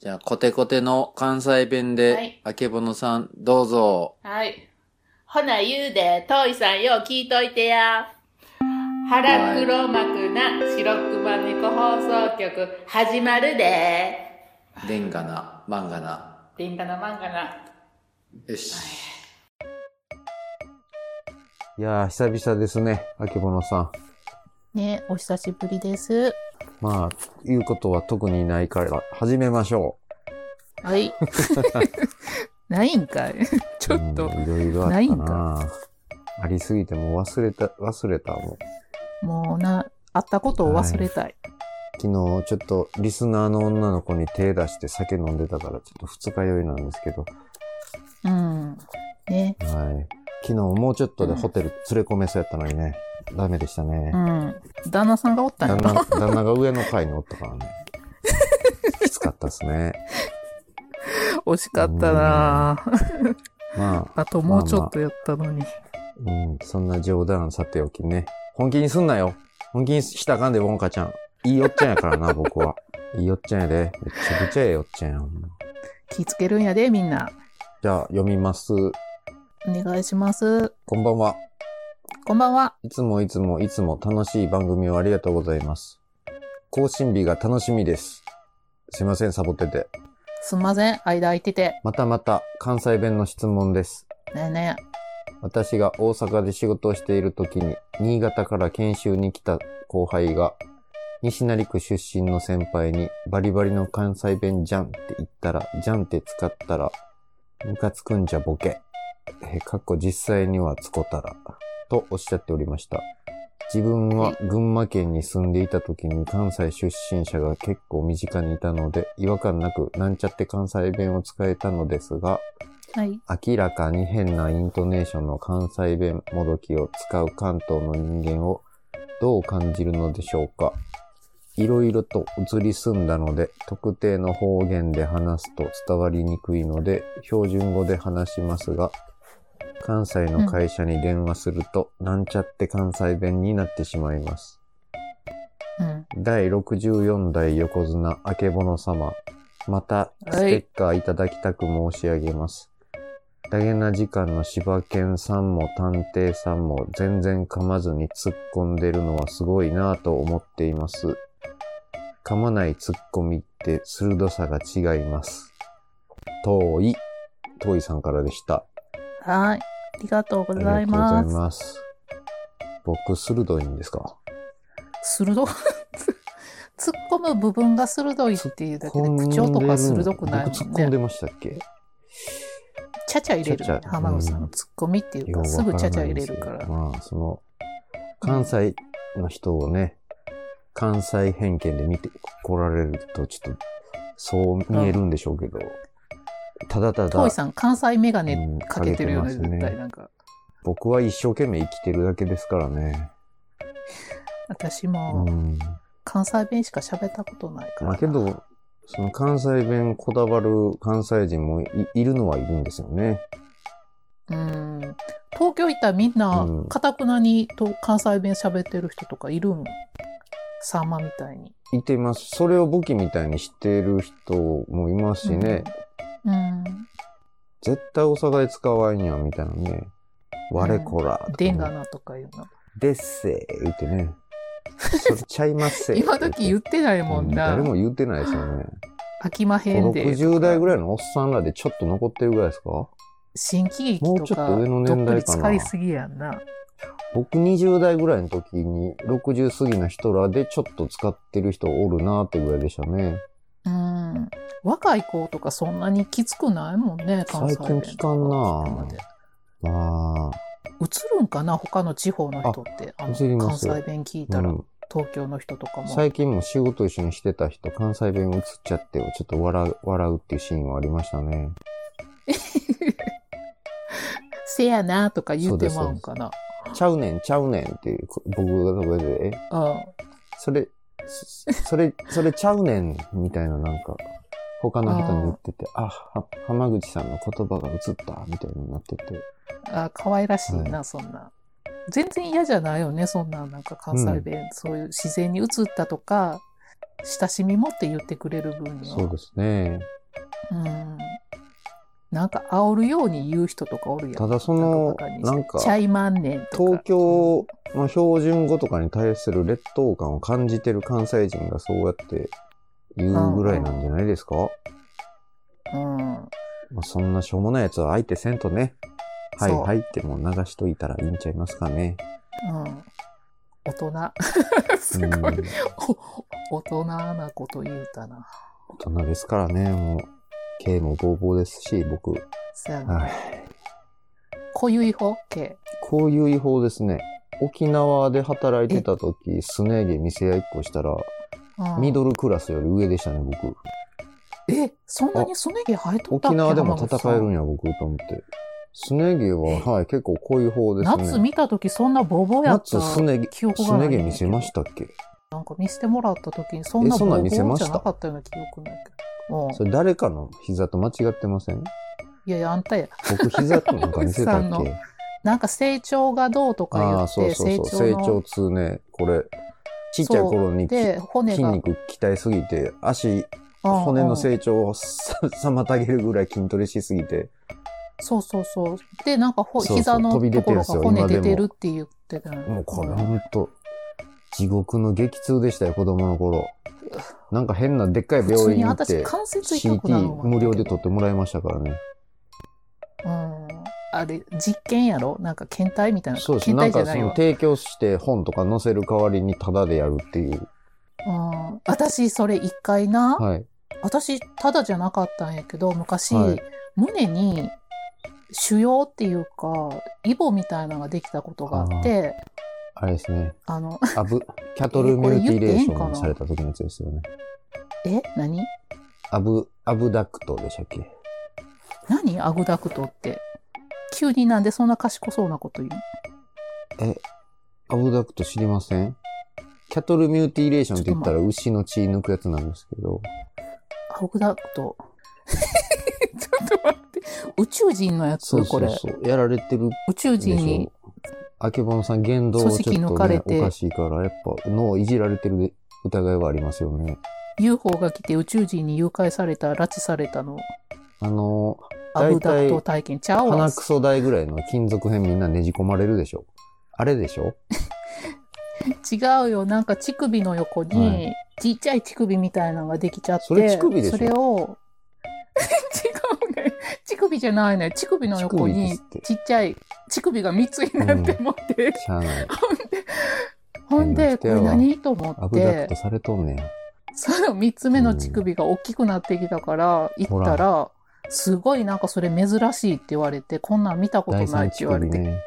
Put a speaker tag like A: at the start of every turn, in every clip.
A: じゃあ、コテコテの関西弁で、
B: はい
A: あけぼのさん、どうぞ。
B: はい。ほな言うで、トイさんよう聞いといてや。腹黒幕な白熊猫放送局始まるで。
A: でんがな、まんがな。
B: てんかなまんかな。
A: よし。
C: いやー、久々ですね、あけぼのさん。
D: ね、お久しぶりです。
C: まあ、言うことは特にないから、始めましょ
D: はい。 ない んかい。ち
C: う。
D: ょっと
C: う、んいろいろあ
D: な
C: っ
D: い
C: た
D: ん
C: なありすぎてもう忘れた、忘れたもう。
D: もうな、会ったことを忘れたい。
C: 昨日、ちょっと、リスナーの女の子に手出して酒飲んでたから、ちょっと二日酔いなんですけど、
D: うん。ね、
C: はい。昨日、もうちょっとでホテル連れ込めそうやったのにね、ダメでしたね
D: う。ん。旦那さんがおったんや
C: 旦
D: な。
C: 那、旦那が上の階におった からね。きつかったですね。
D: 惜しかったなぁ
C: まあ、
D: あともうちょっとやったのに。
C: うん、そんな冗談さておきね。本気にすんなよ。本気にしたらあかんで、ウォンカちゃん。いいよっちゃんやから な、僕は。いいよっちゃんやで。めっちゃくちゃええよっちゃんや。ほんま
D: 気ぃつけるんやで、みんな。
C: じゃあ、読みます。
D: お願いします。
C: こんばんは。
D: こんばんは。
C: いつもいつもいつも楽しい番組をありがとうございます。更新日が楽しみです。すいません、サボってて。
D: すんません、間空いてて。
C: またまた、関西弁の質問です。
D: ねえね
C: 私が大阪で仕事をしている時に、新潟から研修に来た後輩が、西成区出身の先輩にバリバリの関西弁じゃんって言ったら、じゃんって使ったら、ムカつくんじゃボケ。えー、かっこ実際にはつこたら。とおっしゃっておりました。自分は群馬県に住んでいた時に関西出身者が結構身近にいたので、違和感なくなんちゃって関西弁を使えたのですが、
D: え。はい。
C: 明らかに変なイントネーションの関西弁もどきを使う関東の人間をどう感じるのでしょうかいろいろと移り住んだので、特定の方言で話すと伝わりにくいので、標準語で話しますが、関西の会社に電話すると、なんちゃって関西弁になってしまいます。
D: うん。
C: 第64代横綱あけぼの様。また、
D: はい
C: ステッカーいただきたく申し上げます。ダゲな時間の柴犬さんも探偵さんも全然噛まずに突っ込んでるのはすごいなぁと思っています。噛まない突っ込みって鋭さが違います。遠い、遠いさんからでした。
D: はい。ありがとうご
C: あ
D: ざい
C: りがとう
D: ま
C: ご
D: す
C: ざい。ます。僕、鋭いんですか
D: 鋭い。突っ込む部分が鋭いっていうだけで、
C: 突っ込ん
D: 口
C: でる
D: 調とか鋭くない
C: 僕突っ
D: も
C: 込ん
D: んね。
C: でましたっけ
D: ちゃちゃ入れる
C: ちゃ
D: ね。
C: ちゃ
D: 浜口さん
C: う
D: の
C: ん
D: 突っ込みっていう
C: よ
D: か、
C: う
D: す
C: わ
D: ぐち
C: ら
D: ゃちゃ
C: ない
D: 入
C: んで
D: れ
C: すよ
D: るから。
C: まあ、その、関西の人をね、関西偏見で見て来られると、ちょっと、そう見えるんでしょうけど、ただた
D: ト
C: だ
D: イ、さん、関西メガ
C: うん
D: ネかけてるよね、
C: かけてますね
D: 絶対なんか。
C: 僕は一生懸命生きてるだけですからね。
D: 私
C: う
D: も
C: ん。
D: 関西弁しか喋ったことないから
C: ま
D: な。
C: あけど、その関西弁こだわる関西人もいいるのはいるんですよね。
D: うん。東京行ったらみんな
C: うん、
D: かたくなにと関西弁喋ってる人とかいるん。さんまみたいに。
C: いてます。それを武器みたいにしてる人もいますしね。
D: うん。
C: 絶対大阪で使わんやんみたいなね。我こらとかね。
D: でんがなとかいうの。
C: ですせー言ってね。それちゃいますせー
D: 今時言ってないもん
C: う
D: な。
C: 誰も言ってないですよね。
D: 飽きまへん
C: 5、
D: で。
C: 60代ぐらいのおっさんらでちょっと残ってるぐらいですか
D: 新喜劇
C: もうち
D: と
C: ょっ
D: か、
C: と上の年代かな
D: どっぷり使いすぎやんな。
C: 僕20代ぐらいの時に60過ぎの人らでちょっと使ってる人おるなーってぐらいでしたね。
D: うん。若い子とかそんなにきつくないもんね、関西
C: 最近
D: 弁
C: 聞
D: と
C: かん
D: か
C: な
D: で。
C: ぁ。ま
D: 映るんかな他の地方の人って。あの
C: 映りま
D: 関
C: す
D: 西
C: よ
D: 弁聞い
C: あ、
D: たら、
C: うん
D: 東京の人とかも。
C: 最近も仕事一緒にしてた人、関西弁映っちゃって、ちょっと笑う、笑うっていうシーンはありましたね。
D: せやなとか言うてまうんかな。
C: ちゃうねん、ちゃうねんっていう、僕が例えで、え、
D: う
C: それ、そそれ、それちゃうねん、みたいななんか、他の人に言ってて、あ、は浜口さんの言葉が映った、みたいになってて。
D: ん。あ、可愛らしいな、
C: は
D: そんな。全然嫌じゃないよね、そんな、なんか関西弁、そういう自然に映ったとか、親しみ持って言ってくれる分には
C: そうですね。
D: うんなんか煽るように言う人とかおるやん。
C: ただその
D: バカにして
C: なんか
D: ちゃいまんねんとか。
C: 東京の標準語とかに対する劣等感を感じてる関西人がそうやって言うぐらいなんじゃないですか、
D: うん。
C: まあ、そんなしょうもないやつは相手せんとね。はい
D: そう
C: はいってもう流しといたらいいんちゃいますかね。
D: うん。大人。す
C: うん。
D: ごい。
C: 大
D: お大人なこと言うたな。
C: 人ですからね、もう、K もボーボーですし、僕。
D: そやな。
C: はい。
D: こゆい方系。
C: こういう違法ですね。沖縄で働いてた時、スネ毛店屋一個したら、
D: うん
C: ミドルクラスより上でしたね、僕。
D: え、そんなにすね毛生えとった
C: 沖
D: っけ
C: 縄でも戦えるん
D: ん
C: や、僕、と思って。スネ毛は、はい、結構こういう方ですね。
D: 夏見たときそんなボボやった。
C: 夏スネ毛、
D: 記憶
C: ス
D: がない
C: ネ
D: んだけ
C: 毛
D: ど
C: 見せましたっけ
D: なんか見せてもらったときにそんな
C: えそ
D: ボ
C: んな
D: ボ
C: ん見
D: じ
C: せ
D: ゃ
C: ました
D: なかったような記憶ないけど。うん
C: それ誰かの膝と間違ってません
D: いやいや、あんたや。
C: 僕、膝となんか見せた
D: おじさん
C: っ
D: の
C: け
D: なんか成長がどうとか言
C: ああ、
D: って、
C: そうそうそう。成
D: の
C: 長痛ね、これ。ちっちゃい頃にき
D: で、骨
C: 筋
D: が。
C: 肉鍛えすぎて、足、骨の
D: い。
C: 成長をさ妨げるぐらい筋トレしすぎて、
D: そうそうそう。で、なんかほ
C: そうそう
D: 膝の
C: 飛び出
D: と
C: て
D: こ
C: るんで
D: ろが
C: すよ
D: 骨
C: 今で
D: 出
C: も
D: てるって言ってたの
C: もうこれほんと、地獄の激痛でしたよ、子供の頃。なんか変なでっかい
D: 普通
C: 病
D: に
C: 院行っ
D: 私
C: て、
D: 関節痛くなる
C: CT 無料で取
D: と
C: ってもらいましたからね。
D: うん。あれ、実験やろなんか検体みたいな。
C: そうです。な
D: 検
C: ん
D: 体じゃ
C: か
D: な
C: そ
D: い
C: の提
D: わ。
C: 供して本とか載せる代わりにタダでやるっていう。
D: うん。私、それ一回な、
C: はい。
D: 私、ただじゃなかったんやけど、昔、
C: はい
D: 胸に腫瘍っていうか、イボみたいなのができたことがあって、
C: あれですね。
D: あの、
C: アブ、キャトルミューティレーションされた時のやつですよね。
D: え何
C: アブ、アブダクトでしたっけ
D: 何アグダクトって。急になんでそんな賢そうなこと言う
C: アブダクト知りませんキャトルミューティレーションって言ったら牛の血抜くやつなんですけど、
D: アグダクト。 ちょっと待って。宇宙人のやつ
C: そうそ
D: これ
C: う。そう。やられてる
D: 宇宙
C: で
D: 人
C: し
D: に
C: ょ。あけぼのさん言動ちょ
D: 組織
C: っ
D: 抜
C: と、
D: か
C: ね
D: れ、
C: お
D: て
C: かしいから、やっぱ脳いじられてる疑いはありますよね。
D: UFO が来て宇宙人に誘拐された、拉致されたの。
C: あの、
D: ア
C: 大
D: グダク
C: 体
D: ト体験ちゃうわ
C: 鼻。くそ台ぐらいの金属片みんなねじ込まれるでしょ。あれでしょ
D: 違うよ。なんか乳首の横に、
C: は
D: ちっちゃい乳首みたいなのができちゃって。
C: それ乳首でしょ
D: それを、 違うね。 乳首じゃないね。乳首の横に
C: 乳首です
D: ちっちゃい乳首が3つになって持って、
C: しゃあない。
D: ほん
C: う
D: で、
C: ん
D: これ何と思
C: ア
D: っ
C: ブダク
D: て
C: ト、されとんねん。
D: その3つ目の乳首が大きくなってきたから、行ったら、すごいなんかそれ珍しいって言われて、こんなん見たこと
C: 第
D: な
C: 三
D: いって
C: 乳
D: 言われ
C: 首
D: て、
C: ね。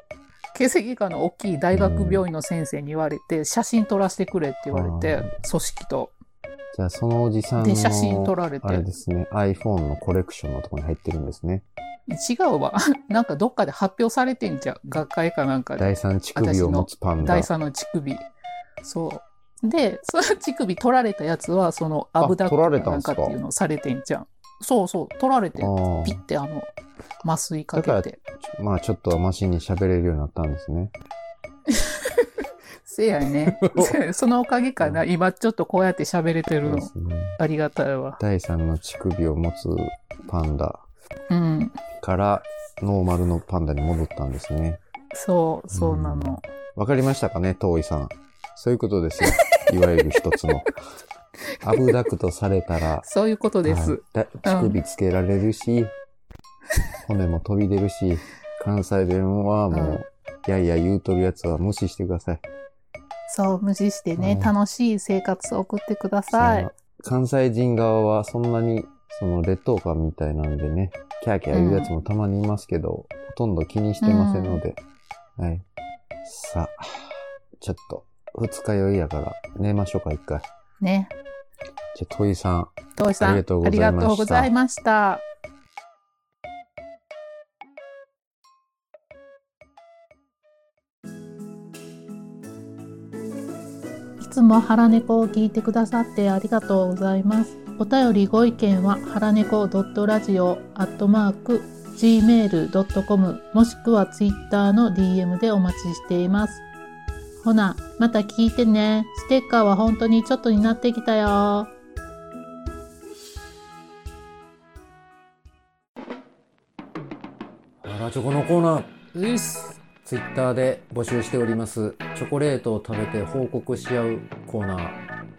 D: 形跡科の大きい大学病院の先生に言われて、写真撮らせてくれって言われて
C: うん、
D: 組織と。
C: じゃあそのおじさん
D: で、写真撮
C: の、
D: られて
C: あ。れですね、iPhone のコレクションのとこに入ってるんですね。
D: 違うわ。 なんかどっかで発表されてんじゃん。学会かなんかで。
C: 第三乳首を持つパンダ
D: 第。三の乳首。そう。で、 その乳首取られたやつは、そのアブダク
C: あ取
D: ト
C: られた
D: なんん
C: すか
D: かっていうのをされてんじゃん。そうそう、取られて
C: あー、
D: ピッてあの、麻酔かけ
C: だか
D: て。
C: まあちょっとはマシに喋れるようになったんですね。
D: せ やね。せやね そのおかげかな。今ちょっとこうやって喋れて
C: そ
D: る
C: う
D: の
C: で。すね。
D: ありがたいわ。
C: 第三の乳首を持つパンダ
D: うん。
C: からノーマルのパンダに戻ったんですね。
D: そう、そうなの。
C: わかりましたかね、遠井さん。そういうことですよ。いわゆる一つの。アブダクトされたら、
D: そういうことです。
C: はいだ乳首つけられるし、骨も飛び出るし、関西弁はもう、
D: うん
C: いやいや言うとるやつは無視してください。
D: そう、無視してね、
C: うん
D: 楽しい生活を送ってください
C: そ。の関西人側はそんなに、その劣等感みたいなんでね、キャーキャー言うやつもたまにいますけど、ほとんど気にしてませんので、はい。さあ、ちょっと、二日酔いやから、寝ましょうか、一回。
D: ね。
C: じゃあ、トイさん、
D: トイさん、
C: あ
D: あ
C: り
D: り
C: が
D: が
C: と
D: と
C: う
D: う
C: ございました
D: ございました。いつも腹猫を聞いてくださってありがとうございます。お便りご意見は腹猫ドットラジオアットマーク gmail.com もしくはツイッターの DM でお待ちしています。
E: ほな、また聞いてね。ステッカーは本当にちょっとになってきたよ。
C: ハラチョコのコーナーです。ツイッターで募集しております。チョコレートを食べて報告し合うコーナー、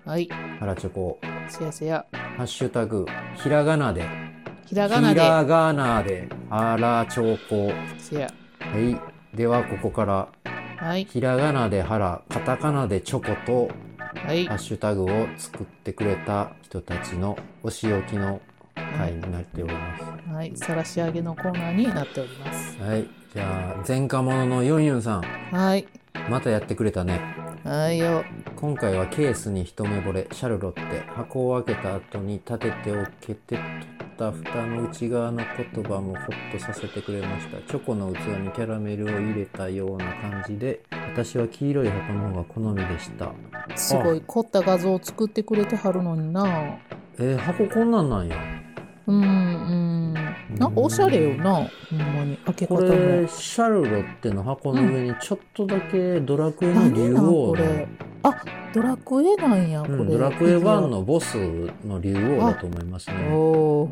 D: はい。
C: ハラチョコ。
D: せやせや。
C: ハッシュタグ、ひらがなで。
D: ひらがな
C: ひら
D: で。
C: がなで、ハラチョコ。
D: せや。
C: はい。では、ここから、
D: はい。
C: ひらがなでハラ、カタカナでチョコと、
D: はい
C: ハッ。シュタグを作ってくれた人たちのお仕置きの回になっております。
D: はい。さらし上げのコーナーになっております。
C: はい。じゃあ、前科者のユンユンさん、
D: はい。
C: またやってくれたね。
D: はいよ。
C: 今回はケースに一目惚れ、シャルロッテ、箱を開けた後に立てておけて取った蓋の内側の言葉もホッとさせてくれました。チョコの器にキャラメルを入れたような感じで、私は黄色い箱の方が好みでした。
D: すごい凝った画像を作ってくれてはるのにな。
C: えー、箱こんなんなんや。
D: うんうん。なんかおしゃれよな。ほんまに。開け方
C: こ
D: も。
C: れ、シャルロッテの箱の上にちょっとだけドラクエの竜王の、
D: 何なんこれドラクエなんや、こ
C: う
D: れ。
C: ん、ドラクエ1のボスの竜王だと思いますね。
D: おお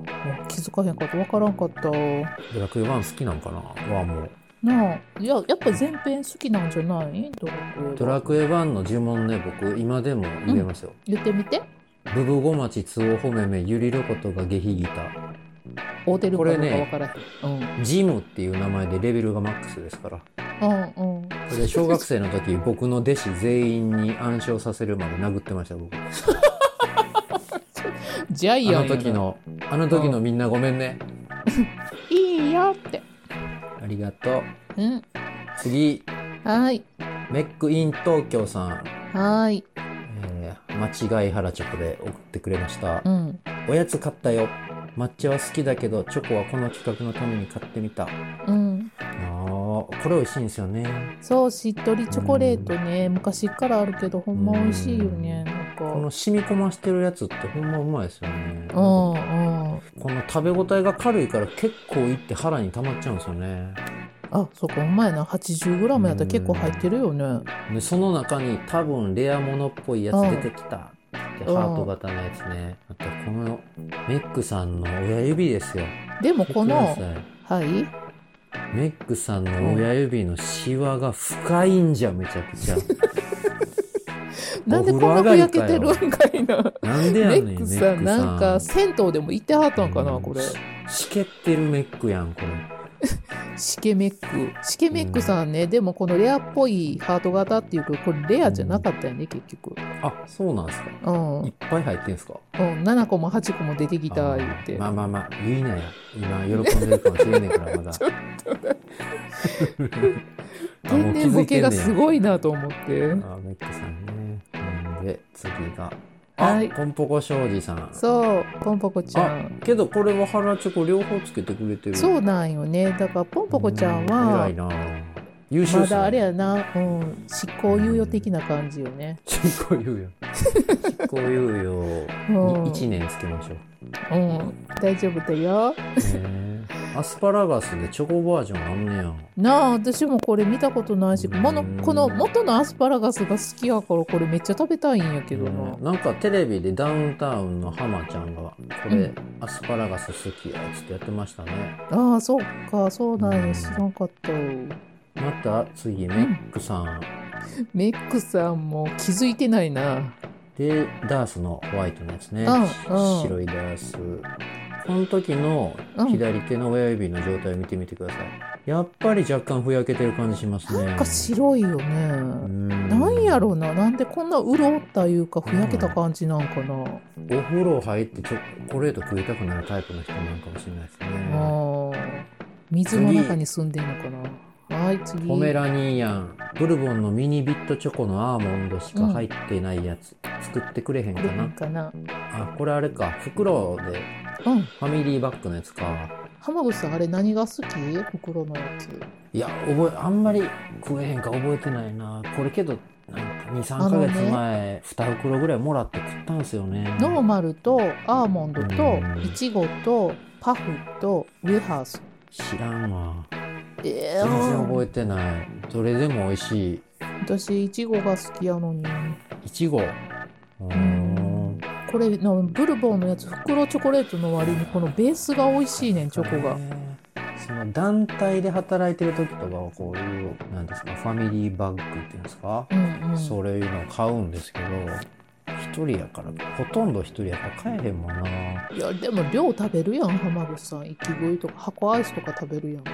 D: 気づかへんかったわからんかった
C: ドラクエ1好きなんかなはもう。
D: なあいややっぱ前編好きなんじゃないドラクエは
C: ドラクエ1の呪文ね、僕、今でも言えますよ。
D: 言ってみて
C: ブブゴマチ、ツオホメメ、ユリロコトがゲヒギタ。
D: 合うてるかどう
C: こ
D: か
C: れね
D: わからへん、
C: ジムっていう名前でレベルがマックスですから。
D: うんうんうん
C: これ、小学生の時、僕の弟子全員に暗唱させるまで殴ってました、僕。あ
D: ジャイアン
C: の
D: やな
C: 時の、あの時のみんなごめんね。
D: いいよって
C: ありがとう。
D: うん
C: 次、
D: はい
C: メックイン東京さん。
D: はい
C: えー、間違い原チョコで送ってくれました
D: う。ん
C: おやつ買ったよ。抹茶は好きだけど、チョコはこの企画のために買ってみた。
D: うん
C: ああ、これ美味しいんですよね。
D: そうしっとりチョコレートね昔からあるけどほんま美味しいよねなんか
C: この染み込ましてるやつってほんまうまいですよね。
D: う
C: こ
D: んうん
C: の食べ応えが軽いから結構いって腹に溜まっちゃうんですよね。
D: あそうかほんまやな 80g やったら結構入ってるよね
C: で、その中に多分レアものっぽいやつ出てきた。で、
D: うん
C: ハート型のやつね。あとこのメックさんの親指ですよ。
D: でもこの
C: 見てください
D: はい
C: メックさんの親指のシワが深いんじゃん、めちゃくち ゃ。
D: なんでこんなふやけてるんかいな。
C: なんでや
D: メ
C: ねん、メッ
D: ック
C: ク
D: さ
C: さ
D: ん、
C: ん。
D: なんか銭湯でも行ってはったんかな、
C: うん
D: これ。
C: しけってるメックやん、これ。
D: シケメック。シケメックさんね、でもこのレアっぽいハート型っていうけど、これレアじゃなかったよね、結局。
C: あ、そうなんですか。
D: うん。う
C: いっ
D: ん、
C: ぱい入ってんすか
D: 7個も8個も出てきた、言って。
C: まあまあまあ、言いなよ。今、喜んでるかもしれねえから、まだ。
D: ちょっ 天然ボケがすごいなと思って
C: あ、。メックさんね。なんで、次が。あ、
D: はい
C: ポンポコ庄司さん。
D: そう、ポンポコちゃん。
C: けど、これは腹チョコ両方つけてくれてる。
D: そうなんよね。だから、ポンポコちゃん
C: う
D: は
C: 偉い、な優秀
D: ま
C: っすね
D: だあれやな、うん、執行猶予的な感じよね。
C: 執行猶 予。執行猶予
D: うん
C: に1年つけましょう。
D: うん、大丈夫だよ。
C: ねえアスパラガスでチョコバージョンあんねや。
D: なあ私もこれ見たことないし
C: うん
D: ものこの元のアスパラガスが好きやからこれめっちゃ食べたいんやけどな
C: ね、なんかテレビでダウンタウンの浜ちゃんが、これ、
D: う
C: アスパラガス好きやつってやってましたね。
D: ああそっかそうなん
C: う
D: や
C: ん
D: 知らんかったよ
C: また次、メックさん。
D: メックさんも気づいてないな
C: で、ダースのホワイトのやつね。
D: うん
C: し
D: うん
C: 白いダース。この時の
D: うん
C: 左手の親指の状態を見てみてください。やっぱり若干ふやけてる感じしますね。
D: なんか白いよねな
C: なん
D: やろうななんでこんな潤ったいうかふやけた感じなんかな
C: お風呂入ってチョコレート食いたくなるタイプの人なのかもしれないですね。
D: あー水の中に住んでんのかなはい次
C: ポメラニーヤン、ブルボンのミニビットチョコのアーモンドしか入ってないやつ、作ってくれへんか
D: でいい
C: な。
D: かな
C: あ、これあれか、袋で、
D: うん
C: ファミリーバッグのやつか。
D: 浜口さんあれ何が好き袋のやつ
C: いや、覚え、あんまり食えへんか覚えてないな。これけど、なんか2、3ヶ月前、2袋ぐらいもらって食ったんすよね。
D: ノーマルとアーモンドと
C: うん
D: イチゴとパフとウェハース。
C: 知らんわ。
D: え
C: 全然
D: え
C: 覚えてない。どれでも美味しい。
D: 私、いちごが好きやのに。
C: いちご。うーん。
D: これ、のブルボンのやつ、袋チョコレートの割に、このベースが美味しいねん、チョコが。
C: ね。その団体で働いてる時とかはこういう、なんですか、ファミリーバッグっていうんですか、
D: うんうん。。
C: そうれいうのを買うんですけど、一人やから、ほとんど一人やから買えへんもんな。
D: いや、でも量食べるやん、浜口さん。いきごいとか、箱アイスとか食べるやんか。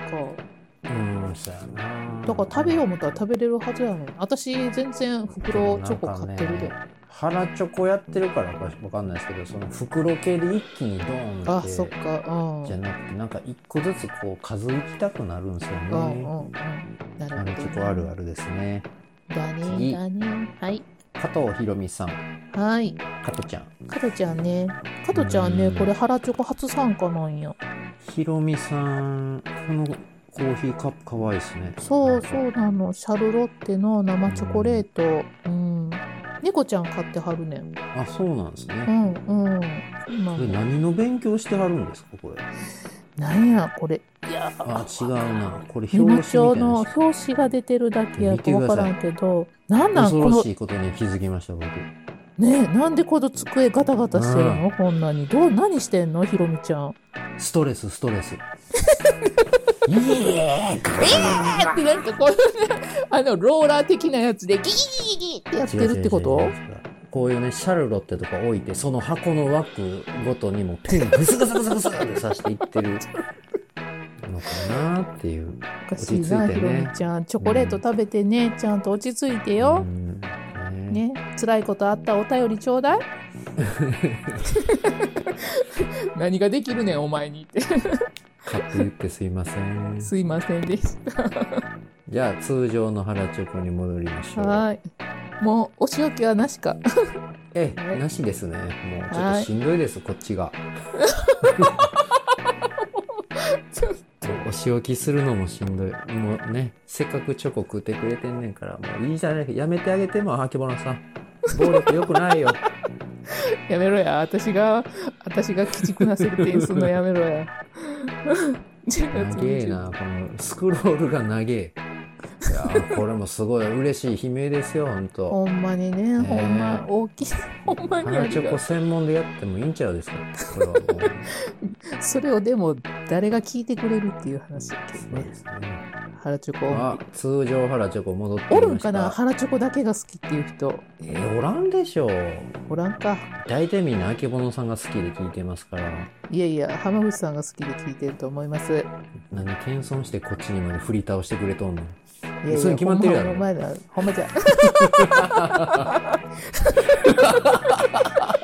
C: うん、そうやな。
D: だから食べよう思ったら食べれるはずやのに。私、全然袋チョコ買ってる
C: なん
D: で
C: か。ね腹チョコやってるからかわかんないですけど、その袋系で一気にドーンって。
D: あ、そっか。うん。
C: じゃなくて、なんか一個ずつこう数いきたくなるんですよね。
D: うんうんうん。な
C: あの
D: る
C: チ
D: ほ
C: ョ
D: ど。
C: コあるあるですね。
D: だね、
C: 次
D: だね。はい。
C: 加藤ひろみさん、
D: はい。
C: 加藤ちゃん。
D: 加トちゃんね。加トちゃんね、
C: うん
D: これ、ハラチョコ初参加なんよ。
C: ひろみさん、このコーヒーカップかわいいですね。
D: そうそうなの。シャルロッテの生チョコレート。うん。猫ちゃん買ってはるねん。
C: あ、そうなんです
D: う
C: ね。
D: んうん。今
C: これ、何の勉強してはるんですか、これ。
D: なんや、これ。いや、
C: あ、違うな。これ表紙み
D: メモ
C: たい
D: 帳の
C: なやつ。
D: 表紙が出てるだけや
C: 見
D: か
C: てく
D: わ
C: だ
D: か
C: さい
D: らんけど、なんなん
C: 恐
D: こ
C: ろ
D: の
C: し、いことに気づきました、僕。
D: ねえなんでこの机ガタガタしてるの、
C: う
D: こんなに。どう、何してんのひろみちゃん。
C: ストレス、ストレス。いえ
D: えーってなんかこういうね、あの、ローラー的なやつでギギギギギってやってるってこと
C: 違う違う違う違うこういうね、シャルロッテとか置いて、その箱の枠ごとにもペングスグスグスグスって刺していってるのかなっていう。
D: おかしい
C: 落ち
D: な、
C: 着
D: ひ
C: いて
D: ろ
C: ね
D: みちゃん。チョコレート食べてね、ちゃんと落ち着いて
C: う
D: よ。
C: んね
D: ね、辛いことあったらお便りちょうだい。 何ができるねん、お前にって。
C: 勝手言ってすいません。
D: すいませんでし
C: じゃあ、通常の腹チョコに戻りましょ
D: た。
C: う。
D: はーい。もう、お仕置きはなしか。
C: え
D: は
C: え、
D: い
C: なしですね。もうちょっ
D: は
C: と
D: い
C: しんどいです、こっち が。もうお仕置きするのもしんどい。もうね、せっかくチョコ食ってくれてんねんから、もういいじゃない。やめてあげても、あけぼのさん。暴力良く ないよ。
D: やめろや。私が、私が鬼畜な設定にするのやめろや。10
C: 長えな、このスクロールが長え。いやー、これもすごい嬉しい悲鳴ですよ、ほんと。
D: ほんまにね、
C: え
D: ほんま、大きい、ほんまにあ
C: 腹
D: り
C: チョ
D: が
C: コ専門でやってもいいんちゃうですかこれはもう。
D: それをでも、誰が聞いてくれるっていう話です
C: そう
D: ね
C: で。すね。
D: 腹チョ
C: あ、通常腹チョコ戻ってきま
D: コ。お
C: した
D: るんかな腹チョコだけが好きっていう人。
C: えーおらんでしょう。
D: おらんか。
C: 大体みんなあけぼのさんが好きで聞いてますから、
D: いやいや、浜口さんが好きで聞いてると思います。い
C: 何謙遜してこっちにまで振り倒してくれとんの。
D: やいや
C: それ決まってるやろ
D: ほんまほんまやなほんまじゃ。